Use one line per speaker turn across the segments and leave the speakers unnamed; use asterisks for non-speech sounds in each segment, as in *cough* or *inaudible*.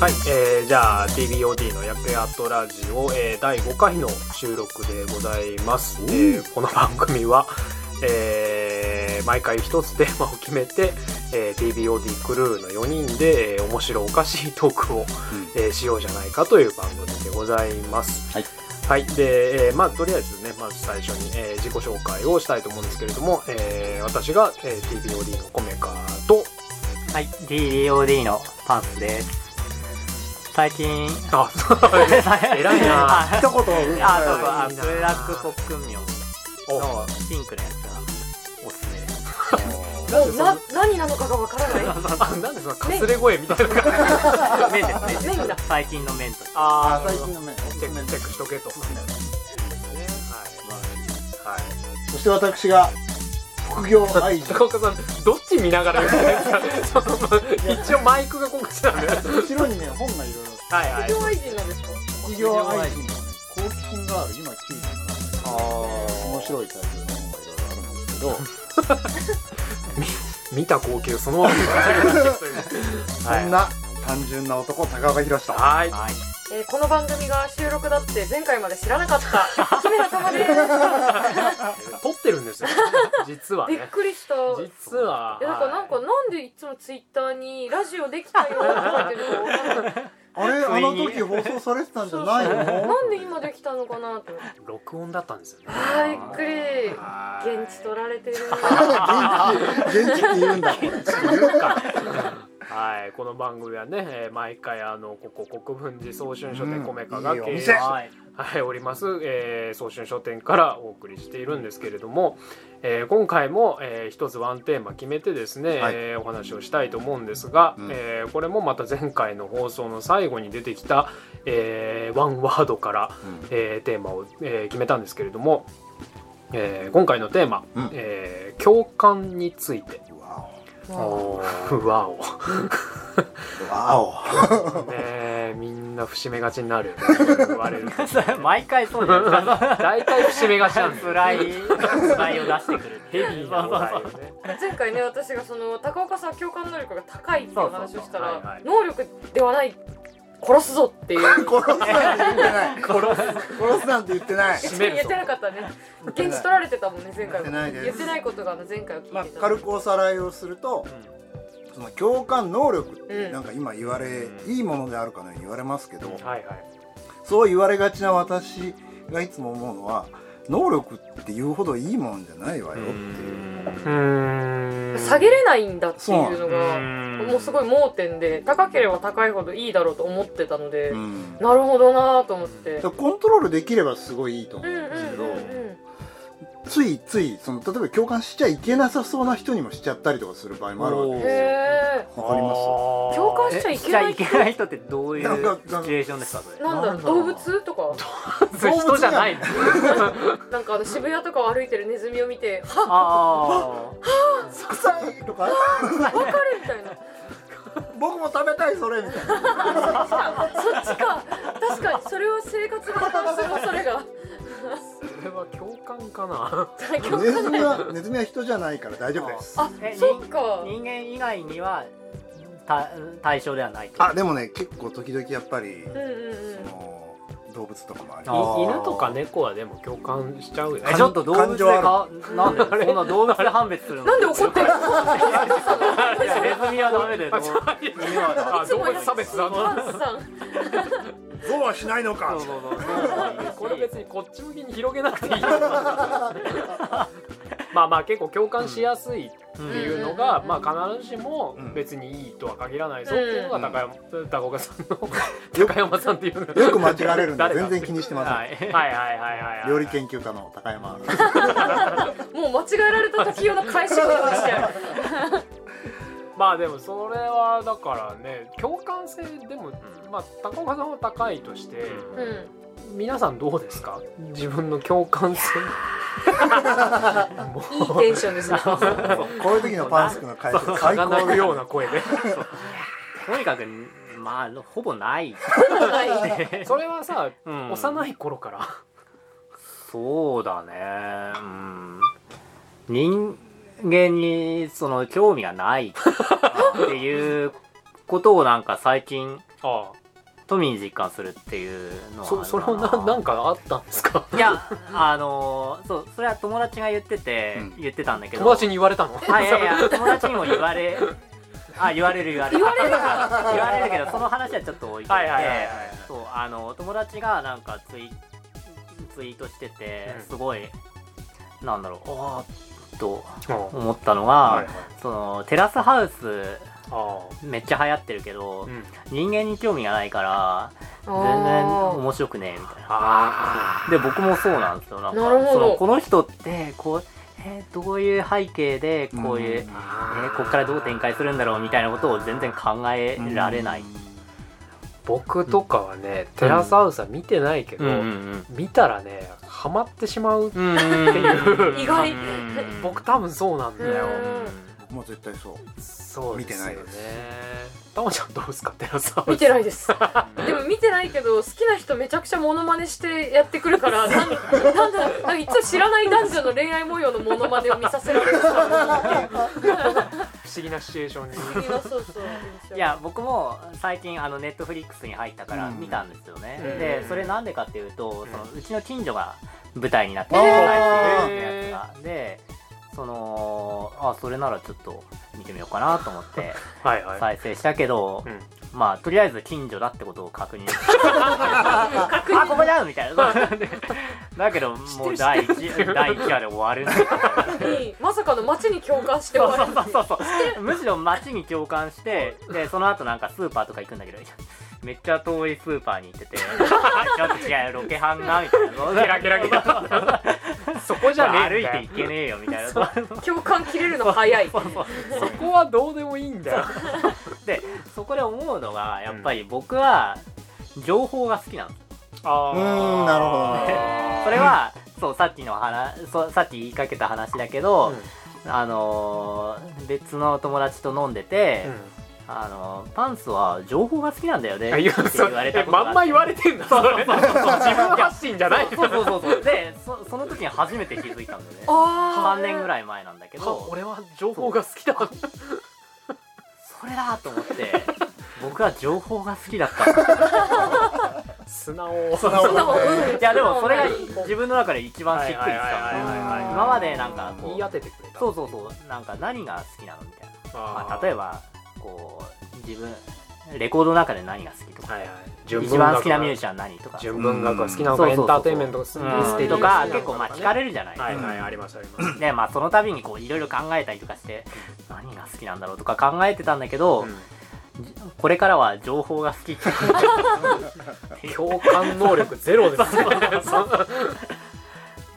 はい、えー、じゃあ TBOD の「やくやとラジオ、えー」第5回の収録でございます、
おう
えーこの番組は、えー毎回一つテーマを決めて、えー TBOD クルーの4人で、えー面白おかしいトークを、えーしようじゃないかという番組でございます
はい
はいで、えーまあとりあえずねまず最初に、えー自己紹介をしたいと思うんですけれども、えー私が、えー TBOD のコメカと
はい、DDOD のパンスです。最近、
あ
*laughs*
そう偉いな
*laughs* あ、そうそう、
あそうそう
あ、
いいな
ブラックコックンミョン
お
のピンクのやつがおすすめです。
なんでそんな
な何なのかがわからない
あなんでそのかすれ声みたいなのが
麺ですね。
麺だ
最近の麺として。
あ
あ
ー
最近のねおす
チ
す
ェ
め
ックチェックしとけとはい
そして私が副業愛人
高岡さんどっち見ながら言ってるんですかその一応マイクがこっちなんではい
後ろにね本がいろいろ
はい
副業愛人なんでしょ
副業愛人のね好奇心がある今9
あ
年面
ー
白いタイプの本がいろいろあるんですけど
見た光景をそのまま見せ
そんな単純な男高岡宏と
はい
はい。
えーこの番組が収録だって前回まで知らなかった姫
*laughs*
田玉です
撮ってるんですよ実は
びっ
ね
くりしたい
実は
やだからなんかなんでいつもツイッターにラジオできたよとか言ってるの
あれあの時放送されてたんじゃないの
なんで今できたのかなと思って
録音だったんですよね
あーびっくり
はい
現地取られてる
現地って言うんだ
はい、この番組はね、えー毎回あのここ国分寺早春書店
うん
コメカが
いいお
経営し
店
はい。
はい、おります、えー、早春書店からお送りしているんですけれども、えー今回も、えー一つワンテーマ決めてですね、
はい
えーお話をしたいと思うんですが、
うん
えーこれもまた前回の放送の最後に出てきた、えーワンワードから、えーテーマを、えー決めたんですけれども、えー今回のテーマ、
うん
えー共感について。
うんわ
の
わお
おわ
ねえみんな節目がちになるよね言われると
毎回そうじゃないです
*laughs*
か。
大体節目がちなんだよ
辛い、辛いを出してくる。
ヘビーなお題よね
前回ね私がその高岡さん共感能力が高いっていう話をし
そうそうそ
た
うはいは
ら
い
能力ではない殺すぞっていう
お殺すなんて言ってない殺すなんて言ってない
締め
言
る
って
ぞ
なかったね現地取られてたもんね前回も
言ってないです
言ってないことがあの前回を聞いてた、
まあ、軽くおさらいをするとその共感能力って
うん
なんか今言われ、
うん
いいものであるかのように言われますけど、
うんはいはい
そう言われがちな私がいつも思うのは能力って言うほどいいもんじゃないわよっていう
うーん
下げれないんだっていうの
う
が
ーん
もうすごい盲点で高ければ高いほどいいだろうと思ってたので、
うんだか
なるほどなぁと思って、
らコントロールできればすごいいいと思
う
うん
うんんう
ですけど、
んうん
ついついその例えば共感しちゃいけなさそうな人にもしちゃったりとかする場合もあるわ
お
け
ー
へえ
わかりま
あー
共感
え
しちゃい
し
け
ち
な
ゃ
い
いけない人ってどういう
なんか
シチュエーションですか、それ。
なんだろ
なん
う
だろう
動物とか
それ人じゃない
なんかあの渋谷とかを歩いてるネズミを見て「はっ!
あ
す臭いとか
分かる!」みたいな
僕も食べたいそれみたいな
そっちか確かにそれを生活が反応する恐れが
それは共感かな
大
ネ
丈夫
ズミはネズミは人じゃないから大丈夫です
あ
え
そっか
あ。人間以外にはた対象ではないと。
あでもね結構時々やっぱり
うんうん
そ
うん
の動物とかもあり
い
ます
あー
犬とか猫はでも共感しちゃうよね
えちょっと動物でかなんで
あれ
そんな動物で判別するの
なんで怒ってるの
いやネズミはダメだよ
あそう
犬は
あ動物差別だな
パンツさん
ゾウはしないのか
そうそうそう
*laughs* これ別にこっち向きに広げなくていいよ *laughs* まあまあ結構共感しやすい
うん
っていうのが、
うん
まあ、必ずしも
うん
別にいいとは限らないぞっていうのが高山、高岡さんの
よ
*laughs* 高山さんっていうのが
よく間違われるんで
誰だ
全然気にしてません、
はい
はいはいはいはいはい
料理研究家の高
*laughs*
山
もう間違えられた時用の返しをしてやる
まあでもそれはだからね共感性でも、まあ、高岡さんは高いとして、
うん
皆さんどうですか自分の共感性もう
いいテンショ
*laughs*
ンですね。
こういう時のパンスクの解説最
が鳴
高
る
で
ような声で *laughs*
とにかくまあほぼない、
はい
それはさ
うん
幼い頃から
そうだねうん人間にその興味がないっていうことをなんか最近
あ
とみに実感するっていうの
あ
は
そそれもななんかあったんですか
いやあのーそうそれは友達が言ってて、
うん
言ってたんだけど
友達に言われたの
あいやいや友達にも言われあ言われる言われる
言われる
言われるけどその話はちょっと置いといて
はいはいはいはい
そうあの友達がなんかツイツイートしてて
うん
すごい、なんだろうあーっと
あ
思ったのが、
はいはい
そのテラスハウス
あ
めっちゃ流行ってるけど、
うん
人間に興味がないから全然
あ
面白くねえみたいな
あ
で僕もそうなんですよなんか
なるほど
そのこの人ってこう、えーどういう背景でこういう、
うん
えーこっからどう展開するんだろうみたいなことを全然考えられない、
僕とかはね、テラスハウスは見てないけど、
うん
見たらねハマってしまう、
うんうんうんうん
意外
うん
僕多分そうなんだよ、
僕も絶対そう
そうですよね
見てないで
たまちゃんどうですかテラスハウス
ー見てないです
うん
でも見てないけど好きな人めちゃくちゃモノマネしてやってくるからなんなんだなんかいつも知らない男女の恋愛模様のモノマネを見させられる
不思議なシチュエーションに
不思議なそうそう印象
いや僕も最近あのネットフリックスに入ったから
うん
見たんですよね、
うん
でそれなんでかっていうと
ん
そのうちの近所が舞台になって
あ
る
ー
やつがでそのあそれならちょっと見てみようかなと思って
はいはい、
再生したけど、
うん
まあとりあえず近所だってことを確認して
確
あ
認
ここだみたいなだけどもう第1第一話で終わるんだよ
にまさかの街に共感して
そ
も
う
ら
そううそうそう *laughs* むしろ街に共感してでその後なんかスーパーとか行くんだけどいやめっちゃ遠いスーパーに行って *laughs* てあちょっと違うロケハンなみたいな
ゲラゲラゲラそこじゃねえ
歩
ん
い
だ
て
よ
行けねえよみたいな *laughs* そう
共感切れるの早い
そうそう
そこはどうでもいいんだよ
でそこで思うのがやっぱり僕は情報が好きなの
あー
うーんなるほどね
*laughs* それはそうさっきの話そうさっき言いかけた話だけど、あのー別の友達と飲んでて、あのーパンスは情報が好きなんだよね
あ
っ
言
て
う
言われた
え
ことがあ
まんま言われてんだそれ自分発信じゃない
そうそうそうそうでそその時に初めて気づいたんだよね
あ
3年ぐ
い
らい前なんだけ
あ
ど
俺は情報が好きだ
それだと思
*laughs*
って僕は情報が好きだったんだ
素直
素直
なもんうん
いやでもそれが
うん
自分の中で一番しっくりきたん
はいはい
はいはい
だ
はい
よ今までなんかこ
言いう当ててくれた
そうそうそうなんか何が好きなのみたいな、
あー
まあ、例えばこう自分レコードの中で何が好きとか
はいはい
一番好きなミュージ
シ
シャン何とか
純文学が好きなの
そう
か
そう
エ
そう
ンターテインメントが好き
うん
なの
ス
か
テージ
とか
好きなの
結構まあ聞かれるじゃない、
はいはいありますあります
でまあその度にこういろいろ考えたりとかして何が好きなんだろうとか考えてたんだけど、これからは情報が好きって
共感能力ゼロですね
っ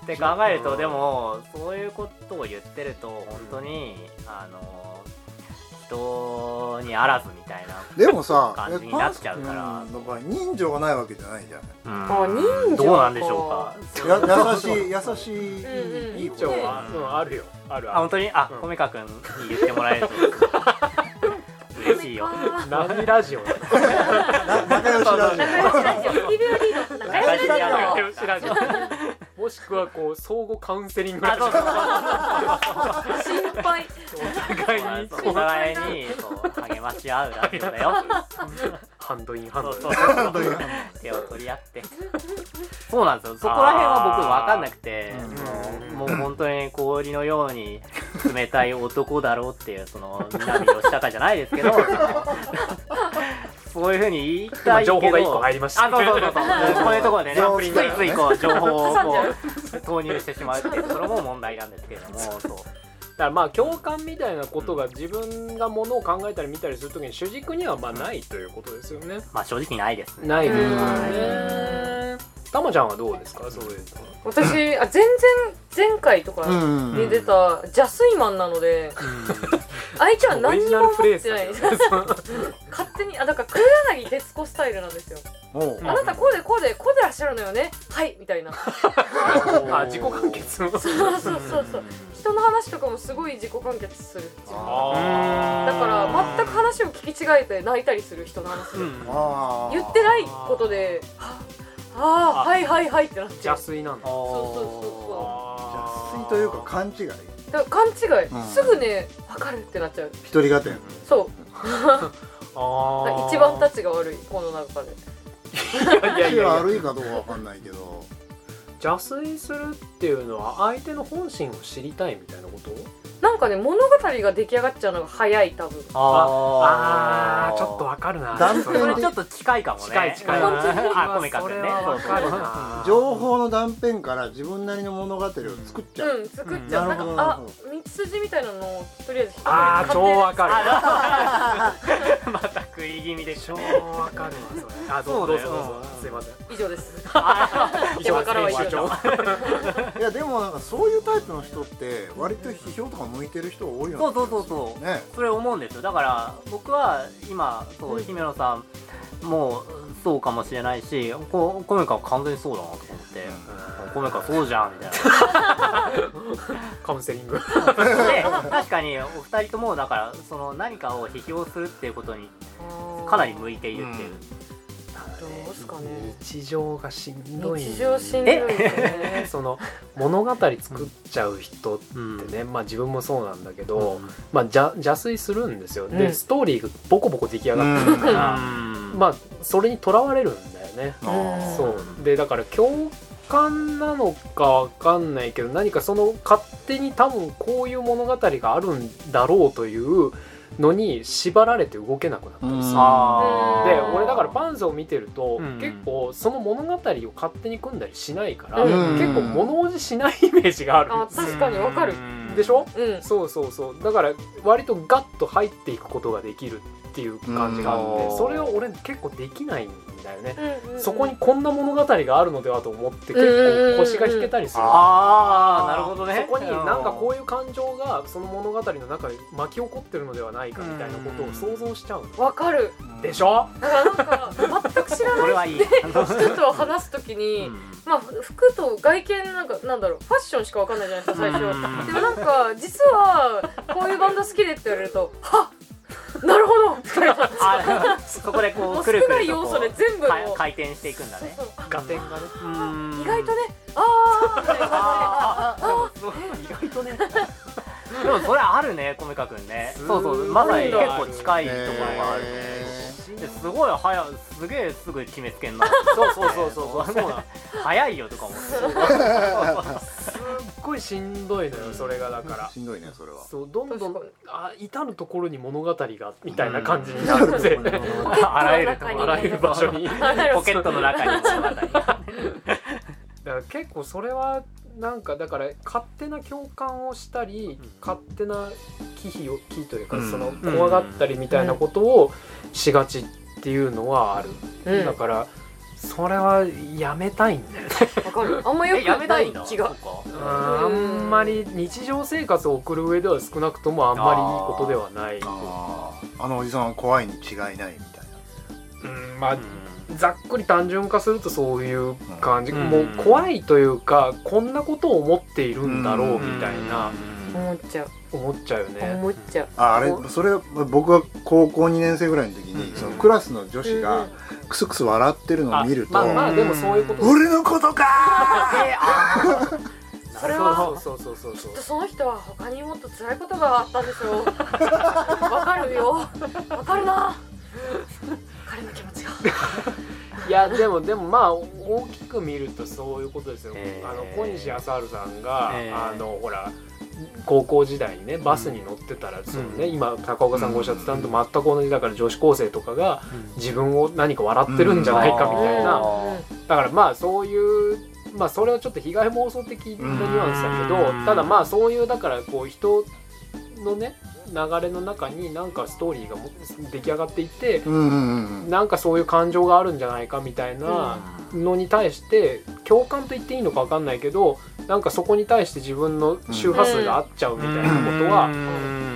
て考えるとでもそういうことを言ってると本当にあの人にあらずみたい
でもさ
感じになっちゃうか
え
ら
パンス君の場合人情がないわけじゃないじゃん
な、
あ
う
人
ん、
情
*laughs* どうなんでしょうか
や優
*laughs*
しい優しい、
うんうん
いい
以上
子
はうんあるよある
あ
ある
本当にあ
うん
コメカ君に言ってもらえると嬉しいよ
何ラジオだ
な仲良しラジ
仲良しラジオ TVOD の仲良しラジオ
仲良しラジオもしくはこう相互カウンセリング
あ
ラジ
そうそうそう
心配
オお互いに
そうお互いにそう励まし合うラジオだよ
ハンドインハンド
そう
イン
そうそう
オ
手を取り合ってそうなんですよそこら辺は僕分かんなくて
あ
ー
もうもう本当に氷のように冷たい男だろうっていうその南吉かじゃないです
*laughs*
けどそういうふうに言いたいけど
今情報が一個入りました
あそうそうそう *laughs* そうこういうところでね
情報
ついついこう情報を
挟んじ
こ
ゃう
う投入してしまうっていうところも問題なんですけれどもそう
だからまあ共感みたいなことが自分がものを考えたり見たりするときに主軸にはまあないということですよね。
まあ正直ないですね
ないですよ
うん
ね。たまちゃんはどうですかそういうのは
私あ全然前回とか
うん
に出たジャスイマンなので相手は
オリ
何
ジ
に
ナ
も
ルフレー
思っ
ズ
て
だ
な
よ
い
ね
勝手にあだから黒柳徹子スタイルなんですよ
おう
あなたこうでこうでこうでらっしゃるのよねはいみたいな
あ自己完結の
そうそうそうそう人の話とかもすごい自己完結するっていうだ
あ
から全く話を聞き違えて泣いたりする人の話、
うん
あー
言ってないことで「はああーはいはいはい」ってなっち
邪
ゃう
推なんだ。
そうそうそうそ
邪推というか勘違い
だから勘違い、
うん
すぐね「分かる」ってなっちゃう
一人語や
そう
ああ
一番たちが悪いこの中で
いやいやいや
悪いかどうかわかんないけど
邪推するっていうのは相手の本心を知りたいみたいなこと
なんかね物語が出来上がっちゃうのが早い多分
あ
あ
あーちょっとわかるな
断片
それ
これ
は
ちょっと近いかもね
近い近い
うんあコミカ
そ
ルだ
れ
よね
はわかる
そうそう
な
情報の断片から自分なりの物語を作っちゃう、
うん作っちゃう、
うんな
な
んるほど
かあ道筋みたいなのをとりあえず一目
あー超わかる
そうまた食い気味でし
超
ょ
わかるわそれあどうぞどうぞ
そうだよ
どうぞすいません
以上です *laughs*
以
今
上
からは以
以上
上
いやでもなんかそういうタイプの人って割と批評とか向いてる人多いよね
そうそうそうそう
ね
それ思うんですよだから僕は今そう姫野さんもそうかもしれないしこコメカは完全にそうだなと思って、コメカそうじゃんみたい
カウンセリング
なで確かにお二人ともだからその何かを批評するっていうことにかなり向いているっていう、
どうすかね
日常がしんどい
日常しんどいですね
その物語作っちゃう人っ
うん
てね、まあ自分もそうなんだけど、まあ邪邪推するんですよ、
う
で
ん
ストーリーがボコボコ出来上がってるか
う
ら、
ん
まあそれにとらわれるんだよね、
あー
そうでだから共感なのかわかんないけど何かその勝手に多分こういう物語があるんだろうというのに縛られて動けなくなったんですよ
あー
で俺だからパンズを見てると、
うん
結構その物語を勝手に組んだりしないから、
うん
結構物おじしないイメージがあるん
あ
ですよ
確かにわかる
でしょ
うん
そうそうそうだから割とガッと入っていくことができるっていう感じがあって、
うん
それを俺結構できないんだよね、
うんうん
そこにこんな物語があるのではと思って結構腰が引けたりする、
ああなるほどね
そこになんかこ
い
い
う
う感情がその物語の中で巻き起こってるのではないかみたいなことを想像しちゃうの
わかる
でしょ
だからなんか全く知ら
これ
ない
はいい、
人と話すときに、まあ服と外見なんかなんだろうファッションしかわかんないじゃないですか最初、
うん
でもなんか実はこういうバンド好きでって言われるとはっなるほどみたいな
あそこでこ
も
う
う
く
少
るく
な
る
い
と
要
こ
素で
う
全部
か
もう
回転していくんだね
そうそう
ガテンがね
意外とねあーみたいな
あ
感じで
ああ意外とねでもそれあるねコメカ君ね
す
そ
ご
う
い
そうまさに結構近いとこ
え
ろがあるね
ー
ですごい早いすげえすぐ決めつけんな
そうそうそうそうそうそうなの
早いよとかも
すっごいしんどいのよそれがだから
しんどいねそれ
*laughs*
は
そうどんど
確
ん
かに
あ至る所に物語がみたいな感じになって、
*laughs*
うんなるほどね
あらゆるとこ
あらゆる場所にだか
ポケットの中に物語が
ら結構それはなんかだから勝手な共感をしたり、
うん
勝手な忌避を忌というか、
うん
その怖がったりみたいなことをしがちっていうのはある、
うん
だからそれはやめたいんだよね、
わかるあんまよ
え
く
やめ
な
た
い
いんだ
気が
そう
うん
か
あんまり日常生活を送る上では少なくともあんまりいいことではない
あーあのおじさんは怖いに違いないみたい
うんまあざっくり単純化するとそういう感じ、
うん
もう怖いというかこんなことを思っているんだろうみたいな、
思っちゃう
思っちゃうよね。
思っちゃう
なああれ
お
それ僕が高校2年生ぐらいの時
う
に
ん
そのクラスの女
うん
子がクスクス笑ってるのを見ると
まあまあでもそういうことです
俺のことか
えあ
それ
そ
は
うそうそうそうそう
その人は他にもっと辛いことがあったんでし *laughs* ょうわかるよわかるな彼の気持ちが
いやでもでもまあ大きく見るとそういうことですよ、
えー
あの小西朝治さんが、
えー
あのほら高校時代にねバスに乗ってたら、そのね、
うん
今高岡さんがおっしゃってたのと全く同じだから女子高生とかが自分を何か笑ってるんじゃないかみたいな、
うん
だからまあそういうまあそれはちょっと被害妄想的なニュアンスだけ
うん
どただまあそういうだからこう人のね流れの中になんかストーリーがも出来上がっていて
うんうんうん
なんかそういう感情があるんじゃないかみたいなのに対して共感と言っていいのか分かんないけどなんかそこに対して自分の周波数が合っちゃうみたいなことは。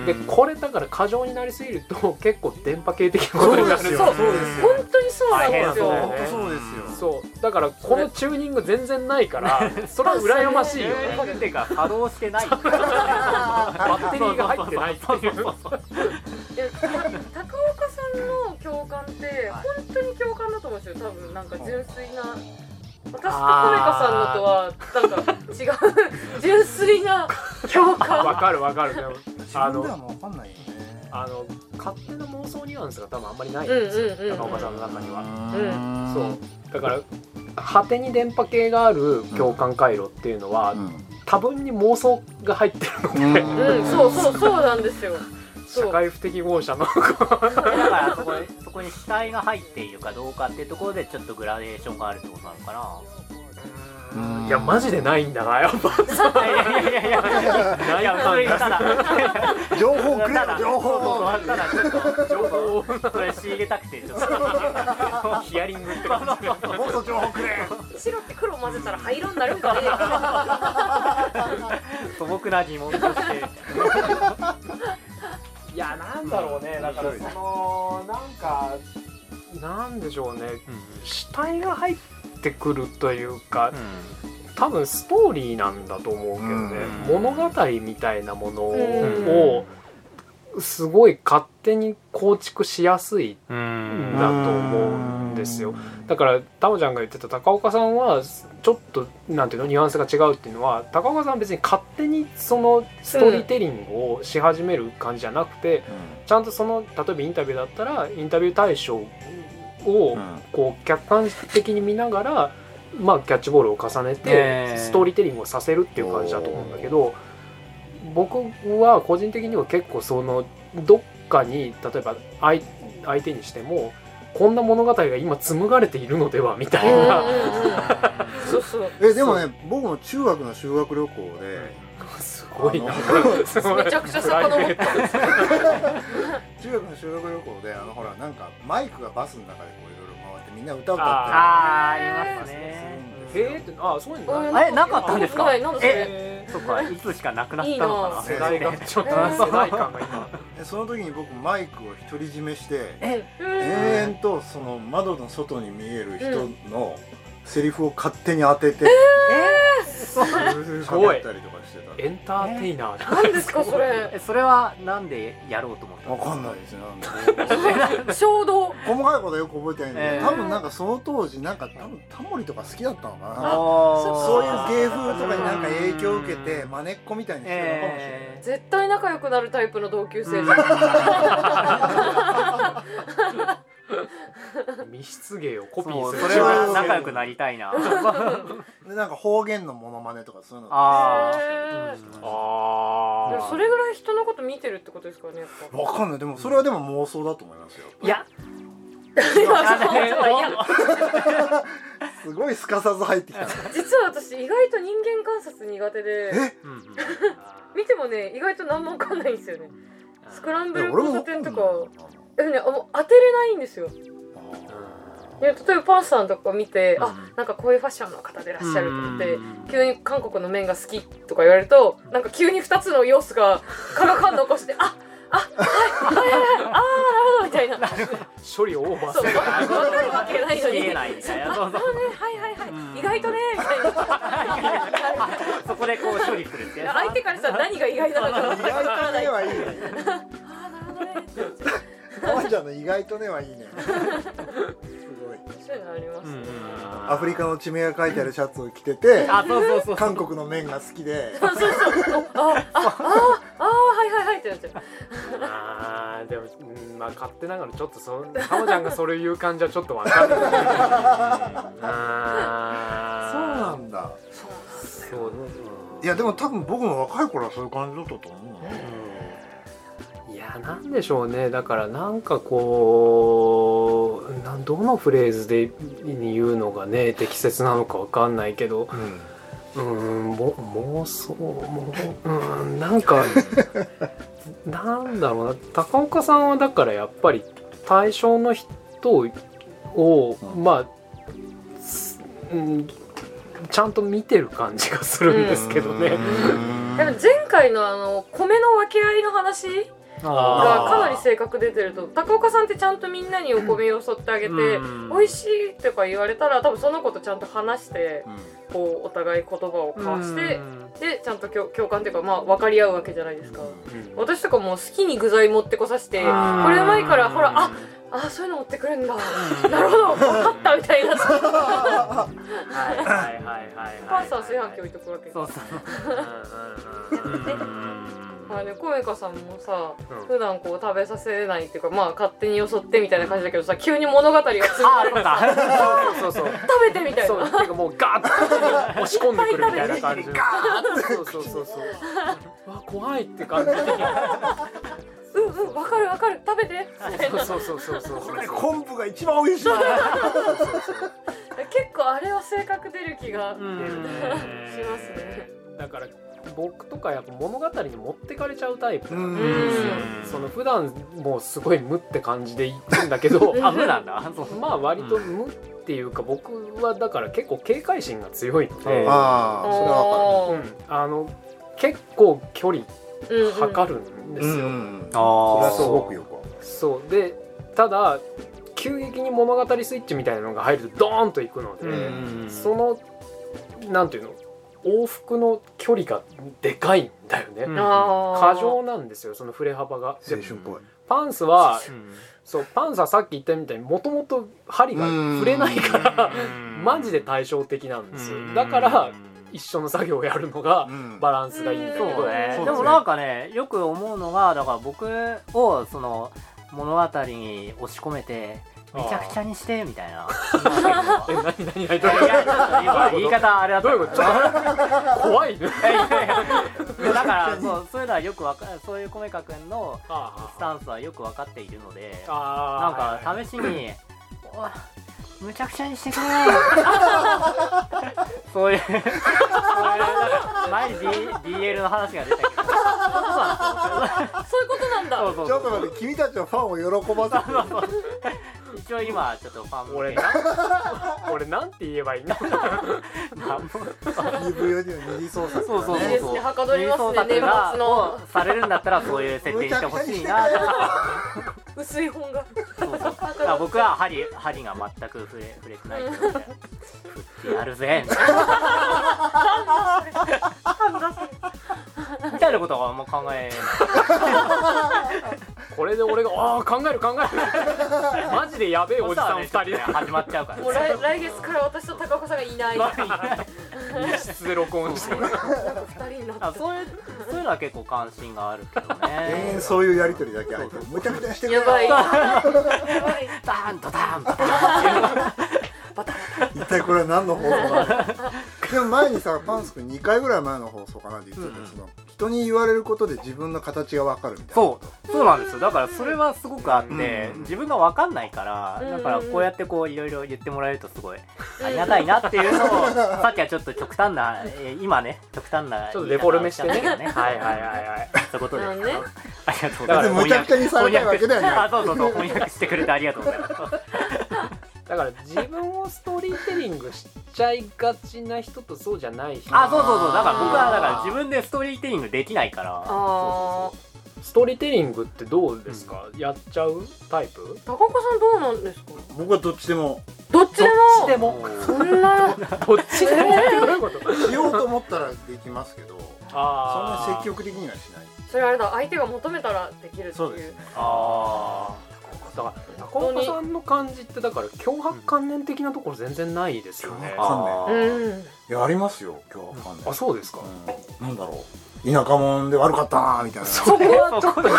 でこれだから過剰になりすぎると *laughs* 結構電波系的なことになる
そうです
よ
そうですよ
本当にそうなんですよ、
大変だね
そうですよ
そうだからこのチューニング全然ないからそれは羨ましいよね
これっていうか稼働してない
バッテリーが入ってないっていう
いやた *laughs* 高岡さんの共感って本当に共感だと思うんですよ多分なんか純粋な私とトメカさんのとはなんか違う純粋な共
わ
感
かるわかるでも
自分ではもう分かんないよね
あの勝手な妄想ニュアンスが多分あんまりないん
うん
ですよ、
うんうん
高岡さんの中には。
は
そうだから果てに電波系がある共感回路っていうのは、多分に妄想が入ってるので、
うん、そうそうそうなんですよ。
社
そう。
会不適合者の
だからそこにそこに死体が入っているかどうかっていうところでちょっとグラデーションがあるってことなのかな
うん
いやマジでないんだなやっぱ
いやいやいやいやいや普通にただ
情報くれ
た
よ
だ
情報を
そうそうただちょっと
情報を
これ仕入れたくてちょっと
ヒアリングって
そうそうそう
もっと情報くれ
白って黒混ぜたら灰色になるんかね。
素朴な疑問として
いやなんだろうねだからそのなんかなんでしょうね死体が入ってくるというか、多分ストーリーなんだと思うけどね、
うん
物語みたいなもの
うん
をすごい勝手に構築しやすい
うんん
だと思うんですよだからタモちゃんが言ってた高岡さんはちょっとなんていうのニュアンスが違うっていうのは高岡さんは別に勝手にそのストーリーテリングをし始める感じじゃなくて、ちゃんとその例えばインタビューだったらインタビュー対象をこう客観的に見ながら、まあ、キャッチボールを重ね
え
て
え
ストーリーテリングをさせるっていう感じだと思うんだけど僕は個人的には結構そのどっかに例えば相相手にしてもこんな物語が今紡がれているのではみたいな。
そうそう。
えでもね僕も中学の修学旅行で
すごいな
あ
*laughs* めちゃくち
*laughs*
ゃ遡った。
中学の修学旅行であのほらなんかマイクがバスの中でこういろいろ回ってみんな歌を歌っ
あーありますね
えーってあそういうのない
えなかったんですか
はいなんそれ
え
そっかいつしかなくなったの
い
か
い
ー
な
世代がちょっと世代感が今
てでその時に僕マイクを独り占めして
え、
延々とその窓の外に見える人のセリフを勝手に当てて
すご
喋
い
ったりとかしてた
エンターテイナー
*laughs*
じゃ
なんですかそれ。
なそれはなんでやろうと思った
わ
の
かんないですねなんで
衝動。
細かいことはよく覚えてないんだけ
え
ど
ー
多分なんかその当時なんか多分タモリとか好きだったのかなそう
あ
いう芸風とかになんか影響を受けて真似っこみたいにしてるのかもしれない、
え
絶対仲良くなるタイプの同級生。
ん密室芸をコピー
そ
す
う
る
それは仲良くなりたいな
でなんか方言のモノマネとかそういうのとか
あ
へ
ー
あ
で
あ
もそれぐらい人のこと見てるってことですからね。やっぱ
わかんないでもそれはでも妄想だと思いますよ
いや
すごいすかさず入ってきた
実は私意外と人間観察苦手 *laughs* で、
うんうん
見てもね意外と何もわかんないんですよね。スクランブル交差点とか、でもね、あもう当てれないんですよ。いや例えばパンさんとか見て、
うん
あなんかこういうファッションの方でいらっしゃると思って、
うん
急に韓国の麺が好きとか言われるとなんか急に2つの様子が *laughs* 化学反応を起こしてああはいはいはいはいあーなるほどみたいな
処理をオーバー
そう
す
分
る
かるわけないのに
言えないみたいな
そう
そう
あ
そ
ね
う
はいはいはい、
うん
意外とねみたいな
そこでこう処理するってやつ
相手からしたら何が意外なの
意
か
外とねはいいね
あーなるほどねって
たまちゃんの意外とねはいいねすごい
そういうのあります
うんう
ね、
ん
アフリカの地名が書いてあるシャツを着てて
あそうそうそう
韓国の麺が好きで
ああはいはいはいってなっちゃう
あーでも、うん、まあ勝手ながらちょっとそのタモちゃんがそれ言う感じはちょっとわかんない
そう
あ
なんだ
ーそうなん
いやでも多分僕も若い頃はそういう感じだったと思うな
うんいやなんでしょうねだからなんかこうなんどのフレーズで言うのがね適切なのかわかんないけどうーん、も妄想もうーんなん
*laughs*
かなんだろうな高岡さんはだからやっぱり対象の人を、
うん
まあ、すうん、ちゃんと見てる感じがするんですけどね。
でも前回のあの米の分け合いの話が
あー
かなり性格出てると高岡さんってちゃんとみんなにお米を添ってあげて
うん
美味しいとか言われたら多分その子とちゃんと話してこうお互い言葉を交わしてでちゃんと共共感っていうかまあ分かり合うわけじゃないですか
うん
私とかもう好きに具材持ってこさせてこ
あー
れうまいからほらああーそういうの持ってくるんだなるほど分かったみたいな
はい
*laughs*
はいはいはいはい
パンさん炊飯器置いとくわけ
そうそう
うんうんうんうん
うん
まあね、コメカさんもさ
うん
普段こう食べさせないっていうかまあ勝手によそってみたいな感じだけどさ急に物語がついて
ああそうか
そうそうそう
食べてみたい
そう
な
ていうかもうガーッと押し込んでくるみたいな感じ
いっ
で
ぱ
そうそうそう
*laughs*
そうわ怖いって感じ
うんうんわかるわかる食べてみたいな
そうそうそうそうそう
これ昆布が一番美味しいな
結構あれは性格出る気が、
うん
しますね
だから僕とかやっぱ物語に持ってかれちゃうタイプ
う
なん
ん
でその普段もうすごい無って感じで行くんだけど
あ無なんだそう
まあ割と無っていうか僕はだから結構警戒心が強いの
う
で
ん、
ああそれはわかる
うん、あの結構距離
うんうん
測るんですよ、
うんそ
あ
れ
ー
はすごくよくわかる
そうでただ急激に物語スイッチみたいなのが入るとドーンといくので、
うん
そのなんていうの往復の距離がでかいんだよね、
うん
あー
過剰なんですよその振れ幅がで
青春っぽい
パンスは
うん
そうパンスはさっき言ったみたいにもともと針が触れないから
うん
マジで対照的なんですよ
うん
だから一緒の作業をやるのが
うん
バランスがいいんだけど、
そ
そう
うね
ですね
でもなんかねよく思うのがだから僕をその物語に押し込めてめちゃくちゃにしてみたいな
え何何何
いやいやちょっと今言い方あれだった
どういうことちょっと怖いね
いやいやいやだからそうそういうのはよくわかそういう米川君の
あ
スタンスはよく分かっているのでな
あ
ん
ー
か試しに「おいむちゃくちゃにしてくれ」そういうそういうなんか前に、D、DL の話が出たけどそうなんですよ
そういうことなんだ
そうそう
ちょ
そう
っと待って君たちはファンを喜ばせてる
一応今ちょっとファン向
俺
け
*laughs* な俺なんて言えばいいん *laughs* だ
まあもう
2 v 4に二次創作
そうそう
いい
そう
です
そう
ねはかどりますね年末の
されるんだったらそういう設定してほしいなと
薄い本が
そうそうだから僕は針針が全く触れ触れてないけどみたいな振ってやるぜみたいなみたいなことはもう考え
これで俺が *laughs* 「ああ考える考え *laughs* る」マジでやべえおじさん2人
で始まっちゃうから
もう来来月から私と高岡さんがいないなんか
密室で録音してる
二人にな
あ
っ
そういうそういうのは結構関心があるけど
え
ね
ーそういうやりとりだけあるけどむちゃくちゃにして
た
くれ
やばいやばい
ダーンとダーンと
バタバ
一体これは何の放送だでも前にさパンス君2回ぐらい前の放送かなって言ってたけど、その人に言われることで自分の形が分かるみたいな
そうそうなんですよだからそれはすごくあって、
うん
自分が分かんないから、
うん
だからこうやってこういろいろ言ってもらえるとすごいありがたいなっていうのをさっきはちょっと極端な、えー今ね極端な
ちょっとデフォルメしてね
言い方をしちゃったけど
はいはいはいはい
そういうことです
なるほどね
ありがとうご
だ
ざ
か
い
ら
ます
むちゃくちゃにされたいわけではない
あそうそうそう翻訳してくれてありがとうございます
だから自分をストーリーテリングしちゃいがちな人とそうじゃない人
あそうそうそうだから僕はだから自分でストーリーテリングできないから
あー
ストーリーテリングってどうですか、やっちゃうタイプ
高岡さんどうなんですか
*laughs* 僕はどっちでも
どっちで
どっちで
も
も
そんな
*laughs* どっちでもってどういうこと
しようと思ったらできますけどそんな
あ
積極的にはしない
それあれだ相手が求めたらできるって
そう
い
で
う
すね
あーだから高岡さんの感じってだから脅迫観念的なところ全然ないですよね、
うん
あ
わ
ー
うん
いやありますよ今日は分かんない、
そうですか、
うんなんだろう田舎者で悪かったなみたいな
そこはちょっと違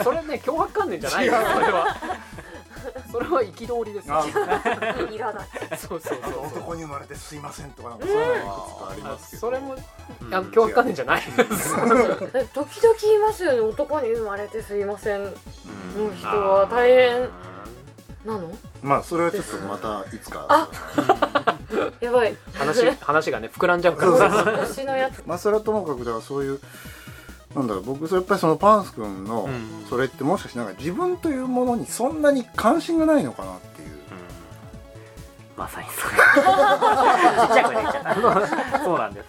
うそれね脅迫観念じゃないよそれはそれは憤りですよ
あ
いらない
そうそう
あと
そうそう
男に生まれてすいませんとかなんかそういうのがいくつかあり
あ
ますけど
それも
うん
あ脅迫観念じゃないです
だって時々言いますよね男に生まれてすいませんの
うん
人は大変なの
まあそれはちょっとまたいつか
あやばい
話話がね膨らんじゃうか
そうそう
ら
私のやつ
まあそれはともかくだからそういうなんだろう僕それやっぱりそのパンス君の
うん
それってもしかしてなんか自分というものにそんなに関心がないのかなっていう
まさにそれ *laughs* ちっちゃい声で言っちゃったそうなんです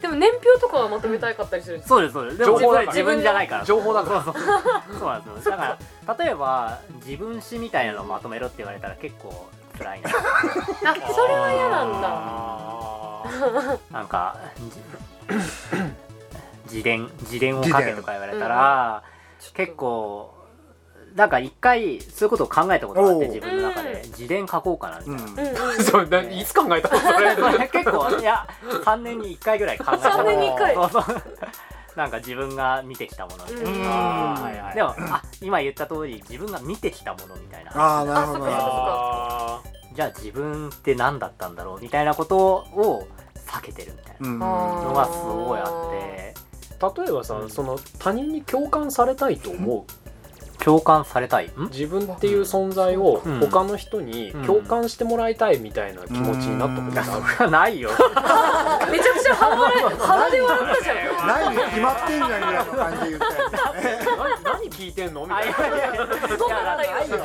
でも年表とかはまとめたいかったりするんです
そうですそうですでも
情報だから
自分じゃないから
情報だから
そうそうそうそうなんですよだから例えば自分史みたいなのをまとめろって言われたら結構辛いな
あそれは嫌なんだ
だ
なんかじ自伝自伝を書けとか言われたら
ちょっと
結構なんか一回そういうことを考えたことがあって
おう
自分の中で
う
自伝書こうかなみたいな、
うん
うんうん
そうな、いつ考えたのそれ。
これ *laughs* 結構いや3年に1回ぐらい考えた
3年に1回
そうそうなんか自分が見てきたものみたいな
うん
あーはいはい
でもあ今言った通り自分が見てきたものみたいな
ああなるほどなるほど
あー
じゃあ自分って何だったんだろうみたいなことを避けてるみたい
うん
な
あ
のがすごいあって
例えばさ
うん
その他人に共感されたいと思う
共感されたいん
自分っていう存在を
うん
他の人に共感してもらいたいみたいな気持ちになったことがある
ないよ
めちゃくちゃ
*laughs*
鼻笑い鼻で笑ったじゃん
ないに決まってんじゃんぐらいの感じで言ったやつ
何何聞いてんのみ
あ
た
い
い
や
ない
やいやいや
そんなことないよ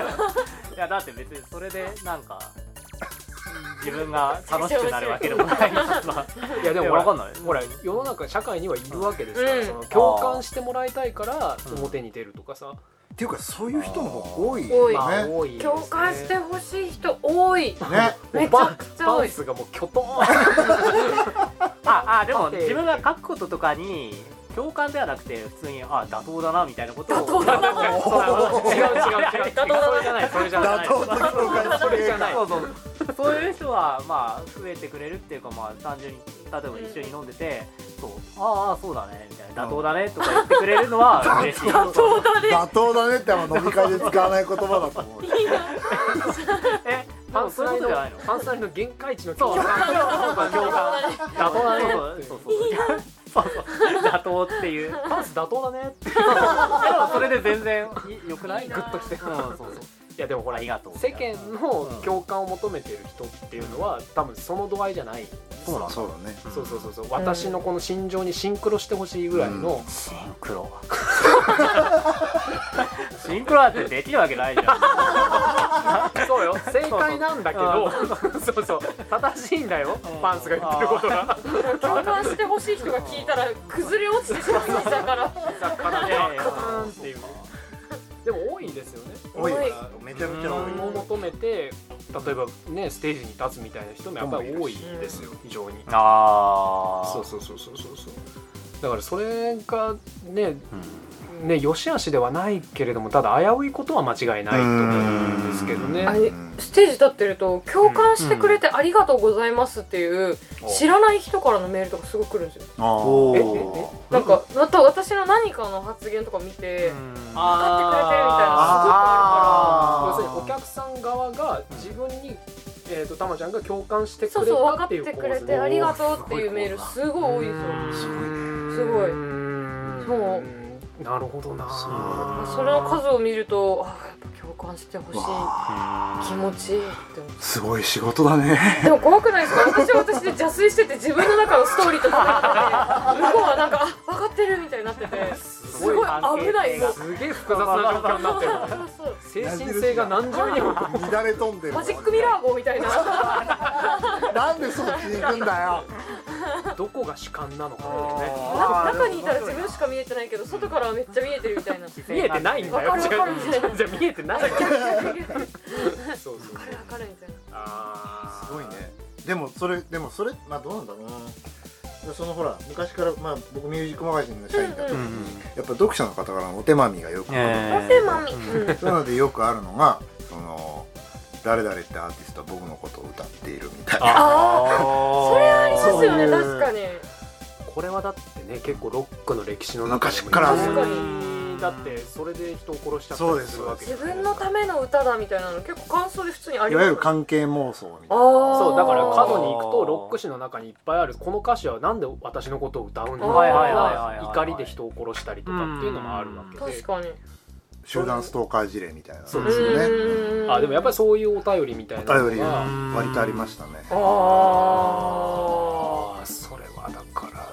いやだって別にそれでなんか自分が楽しくなるわけでもないしさ
*laughs* いやで
い
も
や
ほら
わかんない
ほら世の中社会にはいるわけですから、
うん
その共感してもらいたいから
うん
表に出るとかさ、
っていうかそういう人の方が多い
多い
よ
まあ
ね
多いですね
共感してほしい人多い
ね
めちゃくち
パ
ゃ多
ン
い
スがもうキョ
*laughs*
トーン
ああでも自分が書くこととかに共感ではなくて普通にあ妥当だなみたいなことを
妥当だな
そうそう
違う違う違う
妥当だ
それじゃないそれじゃな
妥
い
当的な感じ
それじゃない
そうそうそういう人はまあ増えてくれるっていうかまあ単純に例えば一緒に飲んでて、そうああそうだねみたいな妥当だねとか言ってくれる
*laughs*
のは嬉しい
妥当だね
妥当だねってあんま飲み会で使わない言葉だと思う
え
パ
あ
ンス
そうい
ライ
うこと
の
じゃないの
パンスライの限界値の
そ
共
う
感
共感妥当だねそうそうそうそう妥当っていうでも
パンス妥当だねってい
それで全然良くない
いい
グ
な
ッときてうんそうそう
やでもほら
ありがとう
世間の共感を求めてる人っていうのは、多分その度合いじゃない
そうなんだ
そうだね
そうそうそうそう私のこの心情にシンクロしてほしいぐらいの、
シンクロ *laughs* シンクロだってできるわけないじゃん
そうよ正解なんだけどそうそう正しいんだよ
うん
パンスが言ってることが
共感してほしい人が聞いたら崩れ落ちてしまうんだから
*laughs* 雑貨だ
いやい
ね
や
カターンっていうでも多いんですよね
多い
多い
めちゃめちゃ
共
多い
感を求めて例えばねステージに立つみたいな人もやっぱり多いですよ非常に
ああ
そうそうそうそうそうそうだからそれがねね良し悪しではないけれどもただ危ういことは間違いないと思うんですけどね
あれステージ立ってると共感してくれてありがとうございますっていう知らない人からのメールとかすごく来るんですよ
ああ
えええ
なんかまた私の何かの発言とか見て
あ
分かってくれてるみたいなすごく
要するにお
あー
客さん側が自分に、えー、とたまちゃんが共感してく
そう
れ
そう分
た
か
っ
って
いう
てくれ
構
て
図
ありがとうっていうメールすごい多いで
す
すよすごい
ご
そ
いなるほどな
そ
それの数を見るとあやっぱ共感してほしい気持ちいいって思う
すごい仕事だね
でも怖くないですか私は私で邪推してて自分の中のストーリーとかで向こうはなんかあ分かってるみたいになってて
す
すごい危ないもう
すげえ複雑な状況になってる
そうそう
精神性が何重にも
乱れ飛んでる
マジックミラー号みたいな
なんでそっちに行くんだよ
どこが主観なのかっていうね
な中にいたら自分しか見えてないけど外からはめっちゃ見えてるみたいな
見えてないんだよ
わかるわかる
じゃあじゃあ見えてない
逆逆逆
そうそう
彼は彼みたいな
あー
すごいねでもそれでもそれまあどうなんだろうなそのほら昔からまあ僕ミュージックマガジンの社員だと
うん
や
う
っぱ読者の方からのお手間みがよく来る
おせまみうん
そういうのでよくあるのがその誰々ってアーティストは僕のことを歌っているみたいな
それはありますよ
そうい
ね
う
確かに
これはだってね結構ロックの歴史の中でも
昔から
確か
に
だってそれで人を殺しちゃった
そうです
わけ
自分のための歌だみたいなの結構感想で普通にあ
い
りま
わゆ
す
る
よね
関係妄想みたいな
ああ
そうだから
角
過度に行くとロック史の中にいっぱいあるこの歌詞はなんで私のことを歌うんだ
はいはいはい
はいはい
怒りで人を殺したりとかっていうのもあるわけ
確
で
かに
集団ストーカー事例みたいな
そう
ですよね
うーん
あでもやっぱりそういうお便りみたいな
お
の
便り
が
割とありましたね
あ
あーそれはだから